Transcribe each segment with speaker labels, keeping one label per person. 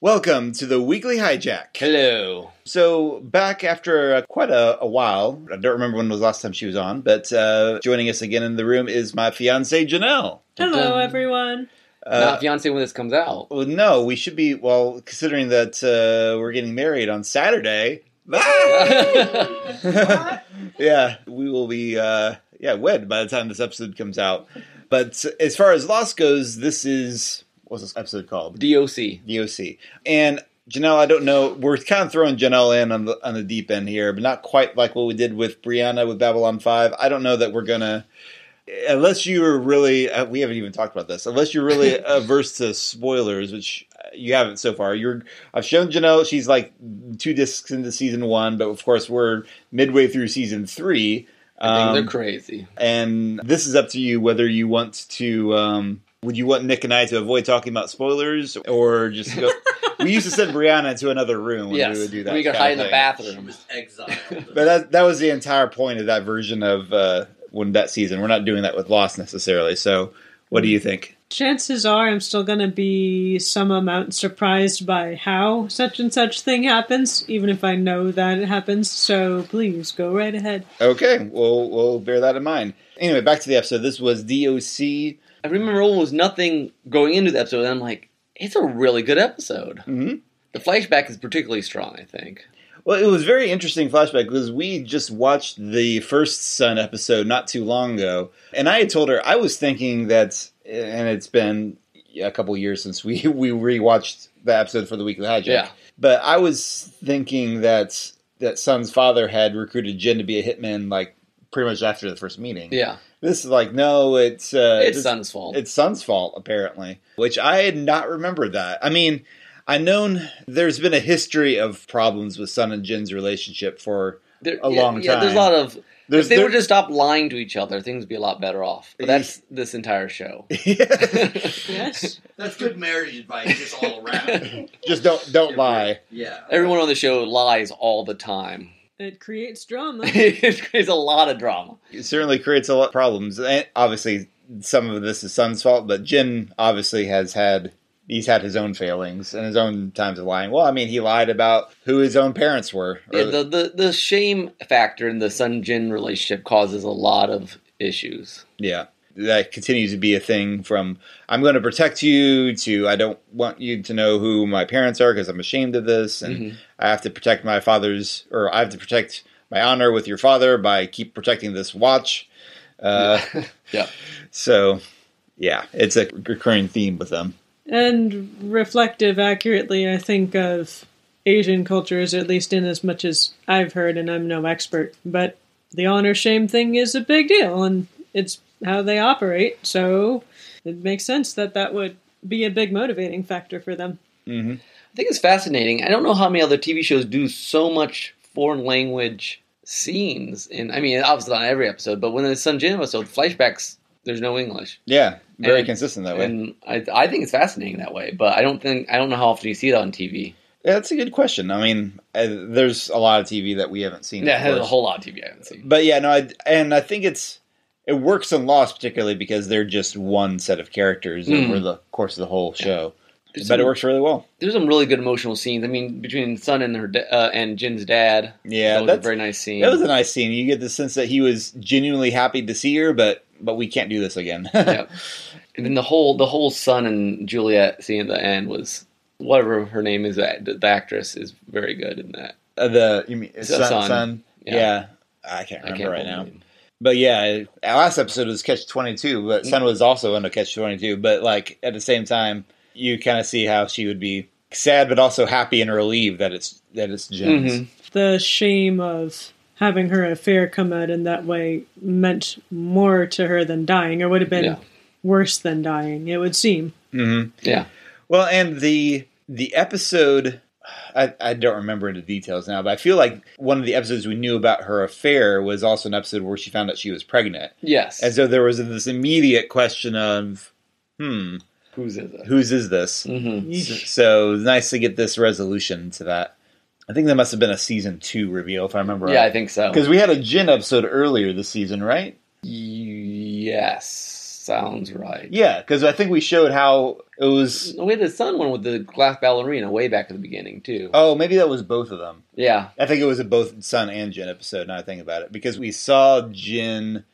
Speaker 1: Welcome to the weekly hijack.
Speaker 2: Hello.
Speaker 1: So back after uh, quite a, a while, I don't remember when was the last time she was on, but uh, joining us again in the room is my fiance Janelle.
Speaker 3: Hello,
Speaker 2: Dun-dun.
Speaker 3: everyone.
Speaker 2: Not
Speaker 1: Uh,
Speaker 2: fiance when this comes out.
Speaker 1: well, no, we should be well considering that uh, we're getting married on Saturday. yeah, we will be uh, yeah wed by the time this episode comes out. But as far as loss goes, this is what's this episode called?
Speaker 2: DOC.
Speaker 1: DOC. And Janelle, I don't know. We're kind of throwing Janelle in on the on the deep end here, but not quite like what we did with Brianna with Babylon Five. I don't know that we're gonna, unless you're really. Uh, we haven't even talked about this. Unless you're really averse to spoilers, which uh, you haven't so far. You're. I've shown Janelle. She's like two discs into season one, but of course we're midway through season three.
Speaker 2: I think
Speaker 1: Um,
Speaker 2: they're crazy.
Speaker 1: and this is up to you whether you want to um would you want Nick and I to avoid talking about spoilers or just go we used to send Brianna to another room when
Speaker 2: yes.
Speaker 1: we would do that.
Speaker 2: could
Speaker 1: kind
Speaker 2: hide
Speaker 1: of
Speaker 2: in the
Speaker 1: thing.
Speaker 2: bathroom.
Speaker 1: But that that was the entire point of that version of uh when that season. We're not doing that with Lost necessarily. So what do you think?
Speaker 3: Chances are I'm still going to be some amount surprised by how such and such thing happens, even if I know that it happens. So please go right ahead.
Speaker 1: Okay, we'll we'll bear that in mind. Anyway, back to the episode. This was DOC.
Speaker 2: I remember almost nothing going into the episode, and I'm like, it's a really good episode.
Speaker 1: hmm
Speaker 2: The flashback is particularly strong, I think.
Speaker 1: Well, it was very interesting flashback because we just watched the first Sun episode not too long ago, and I had told her I was thinking that, and it's been a couple years since we we rewatched the episode for the weekly hijack.
Speaker 2: Yeah.
Speaker 1: But I was thinking that that Sun's father had recruited Jin to be a hitman, like pretty much after the first meeting.
Speaker 2: Yeah.
Speaker 1: This is like no, it's uh,
Speaker 2: it's
Speaker 1: this-
Speaker 2: Sun's fault.
Speaker 1: it's Sun's fault, apparently, which I had not remembered that. I mean, I known there's been a history of problems with Sun and Jin's relationship for
Speaker 2: There-
Speaker 1: a
Speaker 2: yeah,
Speaker 1: long
Speaker 2: Yeah, there's
Speaker 1: time.
Speaker 2: a lot of.
Speaker 1: there's
Speaker 2: if they
Speaker 1: there-
Speaker 2: would just stop lying to each other, things would be a lot better off. But that's this entire show.
Speaker 3: Yes?
Speaker 4: That's good marriage advice, just all around.
Speaker 1: just don't don't lie.
Speaker 4: Yeah.
Speaker 2: Everyone on the show lies all the time.
Speaker 3: it creates drama.
Speaker 2: it creates a lot of drama.
Speaker 1: It certainly creates a lot of problems. And obviously, some of this is Sun's fault, but Jin obviously has had he's had his own failings and his own times of lying. Well, I mean, he lied about who his own parents were. or-
Speaker 2: Yeah, the, the the shame factor in the Sun Jin relationship causes a lot of issues.
Speaker 1: Yeah. That continues to be a thing from I'm going to protect you to I don't want you to know who my parents are because I'm ashamed of this and
Speaker 2: Mhm.
Speaker 1: I have to protect my father's or I have to protect my honor with your father by keep protecting this watch. Uh,
Speaker 2: Yeah.
Speaker 1: So, yeah, it's a recurring theme with them.
Speaker 3: and reflective accurately, I think, of Asian cultures, at least in as much as I've heard, and I'm no expert. But the honor shame thing is a big deal, and it's how they operate. So it makes sense that that would be a big motivating factor for them.
Speaker 1: hmm
Speaker 2: I think it's fascinating. I don't know how many other TV shows do so much foreign language scenes. And I mean, obviously not every episode, but when the Sun Jin episode flashbacks, there's no English,
Speaker 1: Yeah, very
Speaker 2: And-
Speaker 1: consistent that way.
Speaker 2: and I, I think it's fascinating that way. But I don't think I don't know how often you see that on TV.
Speaker 1: yeah, that's a good question. I mean, uh, there's a lot of TV that we haven't seen.
Speaker 2: Yeah,
Speaker 1: of
Speaker 2: there's a
Speaker 1: course.
Speaker 2: whole lot of TV I haven't seen.
Speaker 1: But yeah, no, I, and I think it's it works in Lost particularly because they're just one set of characters
Speaker 2: Mm.
Speaker 1: over the course of the whole show.
Speaker 2: There's
Speaker 1: But it
Speaker 2: some-
Speaker 1: works really well.
Speaker 2: There's some really good emotional scenes. I mean, between Sun and her da- uh, and Jin's dad,
Speaker 1: Yeah,
Speaker 2: that was a
Speaker 1: that's
Speaker 2: very nice scene.
Speaker 1: that was a nice scene. You get the sense that he was genuinely happy to see her, but but we can't do this again.
Speaker 2: yep. And then the whole the whole son and Juliet scene at the end was whatever her name is that the actress is very good in that.
Speaker 1: Uh, the you mean
Speaker 2: It's a
Speaker 1: son, son,
Speaker 2: son.
Speaker 1: Yeah.
Speaker 2: Yeah.
Speaker 1: I can't
Speaker 2: I
Speaker 1: remember
Speaker 2: can't
Speaker 1: right
Speaker 2: remember
Speaker 1: now.
Speaker 2: her name.
Speaker 1: But yeah, it- our last episode was Catch 22, but
Speaker 2: Hmm.
Speaker 1: Sun was also in a Catch 22. But like at the same time, you kind of see how she would be sad, but also happy and relieved that it's that it's Jen's.
Speaker 2: Mhm.
Speaker 3: The shame of having her affair come out in that way meant more to her than dying, or would have been
Speaker 2: Yeah.
Speaker 3: worse than dying, it would seem.
Speaker 1: Mm-hmm.
Speaker 2: Yeah.
Speaker 1: Well, and the the episode, I, I don't remember the details now, but I feel like one of the episodes we knew about her affair was also an episode where she found out she was pregnant,
Speaker 2: Yes.
Speaker 1: and so there was this immediate question of, hmm,
Speaker 2: Whose is it?
Speaker 1: whose is this?
Speaker 2: hmm
Speaker 3: Yeesh.
Speaker 1: So it's nice to get this resolution to that. I think that must have been a season two reveal, if I remember.
Speaker 2: Yeah, I think so.
Speaker 1: because we had a Jin episode earlier this season, right?
Speaker 2: Yes. Sounds right.
Speaker 1: Yeah, because I think we showed how it was.
Speaker 2: We had the sun one with the glass ballerina way back at the beginning too.
Speaker 1: Oh, maybe that was both of them.
Speaker 2: Yeah,
Speaker 1: I think it was a both Sun and Jin episode. Now I think about it, because we saw Jin.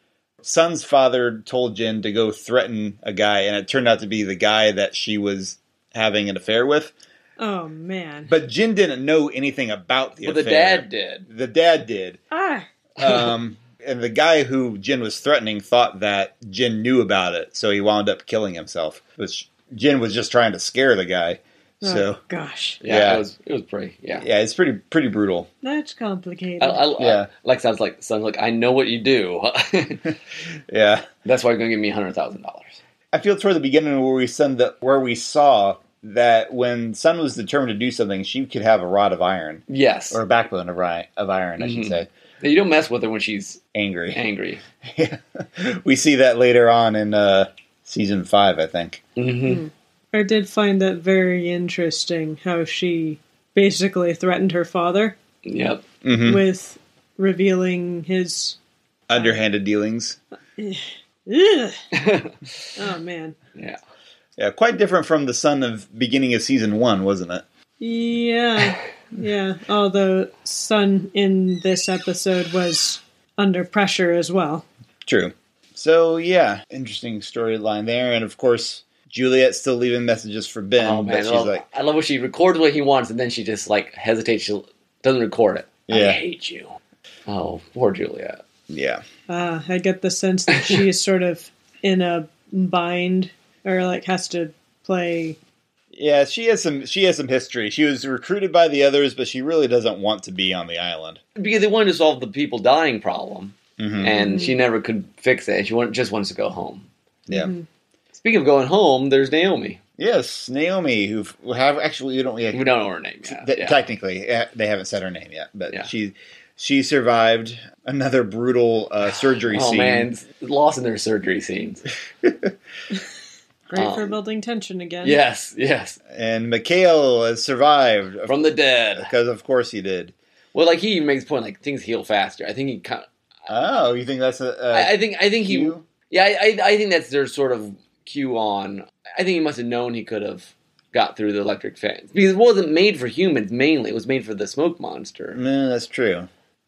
Speaker 1: Sun's father told Jin to go threaten a guy, and it turned out to be the guy that she was having an affair with.
Speaker 3: Oh man.
Speaker 1: But Jin didn't know anything about the
Speaker 2: well, the
Speaker 1: affair.
Speaker 2: dad did.
Speaker 1: The dad did.
Speaker 3: Ah.
Speaker 1: Um, and the guy who Jin was threatening thought that Jin knew about it, so he wound up killing himself. Which Jin was just trying to scare the guy.
Speaker 3: Oh,
Speaker 1: So
Speaker 3: gosh.
Speaker 2: Yeah,
Speaker 1: Yeah.
Speaker 2: it was it was pretty. Yeah.
Speaker 1: yeah, it's pretty pretty brutal.
Speaker 3: That's complicated.
Speaker 2: I, I,
Speaker 1: Yeah.
Speaker 2: I, like sounds like sounds like I know what you do.
Speaker 1: Yeah,
Speaker 2: That's why you're gonna give me hundred thousand dollars.
Speaker 1: I feel toward the beginning where we send the where we saw that when Sun was determined to do something, she could have a rod of iron
Speaker 2: Yes,
Speaker 1: or a backbone of, ri- of iron, I should
Speaker 2: Mhm.
Speaker 1: say.
Speaker 2: you don't mess with her when she's
Speaker 1: Angry.
Speaker 2: angry.
Speaker 1: we see that later on in uh, season five, I think.
Speaker 2: Mm-hmm.
Speaker 3: I did find that very interesting how she basically threatened her father
Speaker 2: Yep.
Speaker 1: hmm
Speaker 2: Mm-hmm.
Speaker 3: with revealing his.
Speaker 1: Underhanded dealings.
Speaker 3: Ugh. Oh man.
Speaker 2: yeah.
Speaker 1: Yeah, quite different from the Sun of beginning of season one, wasn't it?
Speaker 3: Yeah. Yeah. Although Sun in this episode was under pressure as well.
Speaker 1: True. So yeah, interesting storyline there, and of course Juliet's still leaving messages for Ben,
Speaker 2: Oh man,
Speaker 1: but she's
Speaker 2: I love,
Speaker 1: like,
Speaker 2: I love when she records what he wants and then she just like hesitates. She doesn't record it.
Speaker 1: Yeah.
Speaker 2: I hate you. Oh, poor Julia.
Speaker 1: yeah,
Speaker 3: Uh, I get the sense that she is sort of in a bind or like has to play.
Speaker 1: yeah. She has some she has some history. She was recruited by the others, but she really doesn't want to be on the island.
Speaker 2: Because they wanted to solve the people dying problem,
Speaker 1: hmm
Speaker 2: and she never could fix it. She want, just wants to go home.
Speaker 1: Yeah.
Speaker 3: Mhm.
Speaker 2: Speaking of going home, there's Naomi.
Speaker 1: Yes, Naomi, who f- have actually you don't yeah,
Speaker 2: We don't know her name yet.
Speaker 1: th-
Speaker 2: Yeah.
Speaker 1: technically eh, they haven't said her name yet, but
Speaker 2: Yeah.
Speaker 1: she she survived another brutal uh, surgery
Speaker 2: Oh
Speaker 1: scene.
Speaker 2: man, it's lost in their surgery scenes.
Speaker 3: Great for
Speaker 2: Um,
Speaker 3: building tension again.
Speaker 2: Yes, yes,
Speaker 1: And Mikhail has survived
Speaker 2: from the dead.
Speaker 1: because of course he did.
Speaker 2: Well, like he makes the point, like things heal faster. I think he kind. Of,
Speaker 1: Oh, you think that's a, a
Speaker 2: I, I think I think he.
Speaker 1: cue?
Speaker 2: Yeah, I, I, I think that's their sort of cue on. I think he must have known he could have got through the electric fence because it wasn't made for humans mainly. It was made for the smoke monster.
Speaker 1: Mm, that's true.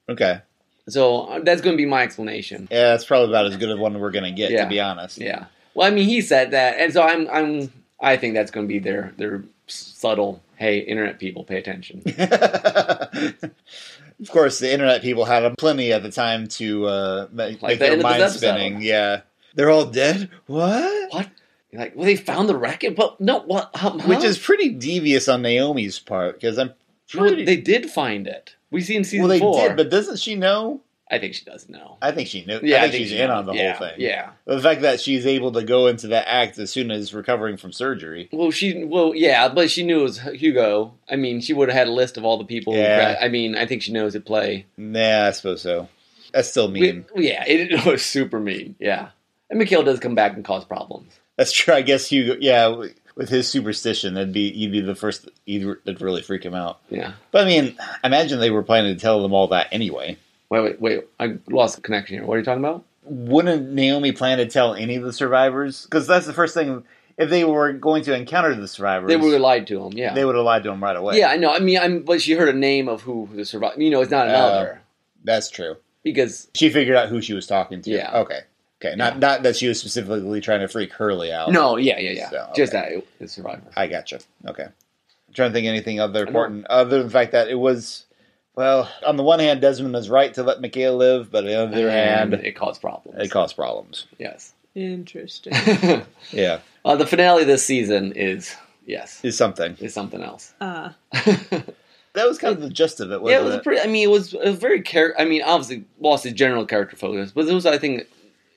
Speaker 1: Okay.
Speaker 2: So uh, that's going to be my explanation.
Speaker 1: Yeah, that's probably about as good of one we're gonna get,
Speaker 2: Yeah.
Speaker 1: to be honest.
Speaker 2: Yeah. Well, I mean, he said that, and so I'm I'm I think that's going to be their their subtle. Hey, internet people, pay attention.
Speaker 1: of course, the internet people had plenty at the time to uh, ma- make
Speaker 2: the
Speaker 1: their
Speaker 2: end of
Speaker 1: mind
Speaker 2: this episode.
Speaker 1: spinning. Yeah, they're all dead. What?
Speaker 2: what? You're like, well, they found the wreckage, but no, what? Huh?
Speaker 1: Which is pretty devious on Naomi's part because I'm
Speaker 2: Well,
Speaker 1: pretty.
Speaker 2: they did find it. We see in season
Speaker 1: well, they
Speaker 2: four.
Speaker 1: did, but doesn't she know?
Speaker 2: I think she does know.
Speaker 1: I think she knew.
Speaker 2: Yeah,
Speaker 1: I think she's
Speaker 2: she
Speaker 1: in
Speaker 2: knows.
Speaker 1: on the
Speaker 2: Yeah,
Speaker 1: whole thing.
Speaker 2: Yeah.
Speaker 1: The fact that she's able to go into that act as soon as recovering from surgery.
Speaker 2: Well, she well yeah, but she knew it was Hugo. I mean, she would have had a list of all the people. who
Speaker 1: Yeah.
Speaker 2: gra- I mean, I think she knows at play.
Speaker 1: Nah, I suppose so. That's still
Speaker 2: We-
Speaker 1: mean.
Speaker 2: yeah, it, was super mean. Yeah, and Mikhail does come back and cause problems.
Speaker 1: That's true. I guess you, yeah, w- with his superstition, that'd be you'd be the first you'd re- that'd really freak him out.
Speaker 2: Yeah.
Speaker 1: But I mean, I imagine they were planning to tell them all that anyway.
Speaker 2: Wait, wait, wait. I lost the connection here. What are you talking about?
Speaker 1: Wouldn't Naomi plan to tell any of the survivors? Because that's the first thing. If they were going to encounter the survivors,
Speaker 2: They were lied to him. Yeah.
Speaker 1: they would have lied to them right away.
Speaker 2: yeah, I know. I mean, I'm but she heard a name of who the survived. You know, it's not
Speaker 1: Oh.
Speaker 2: another
Speaker 1: that's true.
Speaker 2: because
Speaker 1: She figured out who she was talking to.
Speaker 2: Yeah.
Speaker 1: Okay. Okay. Not not that she was specifically trying to freak Hurley out.
Speaker 2: no, yeah, yeah, yeah.
Speaker 1: Oh. So, okay.
Speaker 2: Just that it, it's survivor.
Speaker 1: I gotcha. Okay. I'm trying to think of anything other
Speaker 2: know.
Speaker 1: important other than the fact that it was well, on the one hand Desmond was right to let Mikhail live, but on the other
Speaker 2: and
Speaker 1: hand
Speaker 2: it caused problems.
Speaker 1: it caused problems.
Speaker 2: yes.
Speaker 3: Interesting.
Speaker 1: Yeah.
Speaker 2: Uh, the finale this season is yes
Speaker 1: Is something.
Speaker 2: is something else.
Speaker 3: Ah.
Speaker 1: That was kind of the gist of it,
Speaker 2: yeah, it
Speaker 1: wasn't
Speaker 2: was
Speaker 1: it?
Speaker 2: a pretty. I mean, it was a very character. I mean, obviously lost its general character focus, but it was I think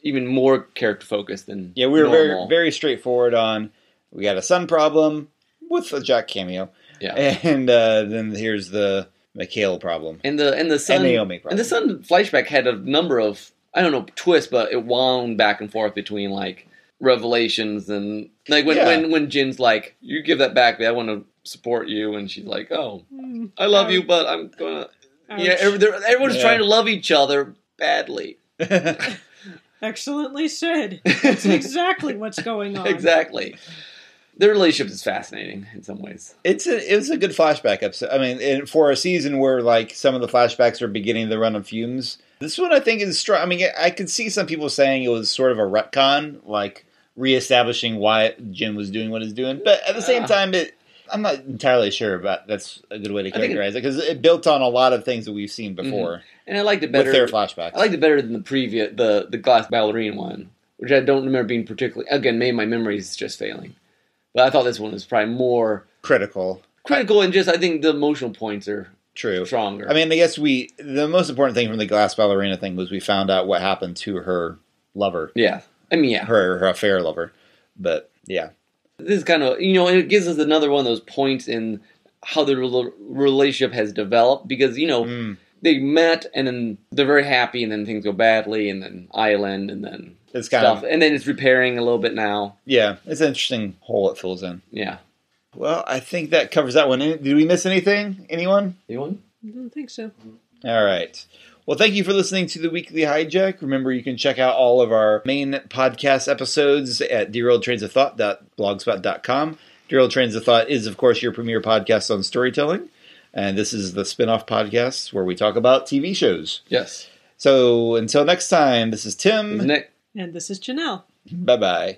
Speaker 2: even more character focused than
Speaker 1: yeah, we were
Speaker 2: normal.
Speaker 1: very very straightforward on we got a sun problem with a Jack cameo.
Speaker 2: Yeah.
Speaker 1: And uh, then here's the Mikhail problem.
Speaker 2: and the and the sun
Speaker 1: Naomi probably.
Speaker 2: and the sun flashback had a number of I don't know twists, but it wound back and forth between like revelations and like when
Speaker 1: Yeah.
Speaker 2: when when Jin's like you give that back, I want to support you, and she's like, oh, I love you, but I'm gonna
Speaker 3: Ouch.
Speaker 2: yeah. every- they're- Everyone's
Speaker 1: Yeah.
Speaker 2: trying to love each other badly.
Speaker 3: Excellently said. That's exactly what's going on.
Speaker 2: exactly. Their relationship is fascinating in some ways.
Speaker 1: It's a it was a good flashback episode. I mean, and for a season where like some of the flashbacks are beginning to run on fumes, this one I think is strong. I mean, I could see some people saying it was sort of a retcon, like reestablishing why Jim was doing what he's doing. But at the same
Speaker 2: Ah.
Speaker 1: time, it I'm not entirely sure about that's a good way to
Speaker 2: I think it-
Speaker 1: characterize it because it built on a lot of things that we've seen before
Speaker 2: And I liked it
Speaker 1: with their
Speaker 2: better.
Speaker 1: flashbacks.
Speaker 2: I liked it better than the previous the the glass ballerine one, which I don't remember being particularly. Again, maybe my memory is just failing, but I thought this one was probably more
Speaker 1: Critical,
Speaker 2: critical and just I think the emotional points are
Speaker 1: true.
Speaker 2: stronger.
Speaker 1: I mean, I guess we the most important thing from the glass ballerina thing was we found out what happened to her lover,
Speaker 2: yeah, I mean, yeah.
Speaker 1: her, her affair lover. But yeah,
Speaker 2: This is kind of you know, and it gives us another one of those points in how the rel- relationship has developed because you know
Speaker 1: Mm.
Speaker 2: they met and then they're very happy and then things go badly and then island and then
Speaker 1: it's kind
Speaker 2: stuff
Speaker 1: of
Speaker 2: and then it's repairing a little bit now.
Speaker 1: yeah, it's an interesting hole it fills in.
Speaker 2: Yeah,
Speaker 1: Well, I think that covers that one. Any- Did we miss anything? Anyone?
Speaker 2: anyone?
Speaker 3: I don't think so.
Speaker 1: All right. Well, thank you for listening to the weekly hijack. Remember, you can check out all of our main podcast episodes at derailedtrainsofthought.blogspot.com. Derailed Trains of Thought is, of course, your premier podcast on storytelling, and this is the spin-off podcast where we talk about TV shows.
Speaker 2: Yes.
Speaker 1: So, until next time, this is Tim.
Speaker 2: Nick.
Speaker 3: And this is Janelle.
Speaker 1: Bye bye.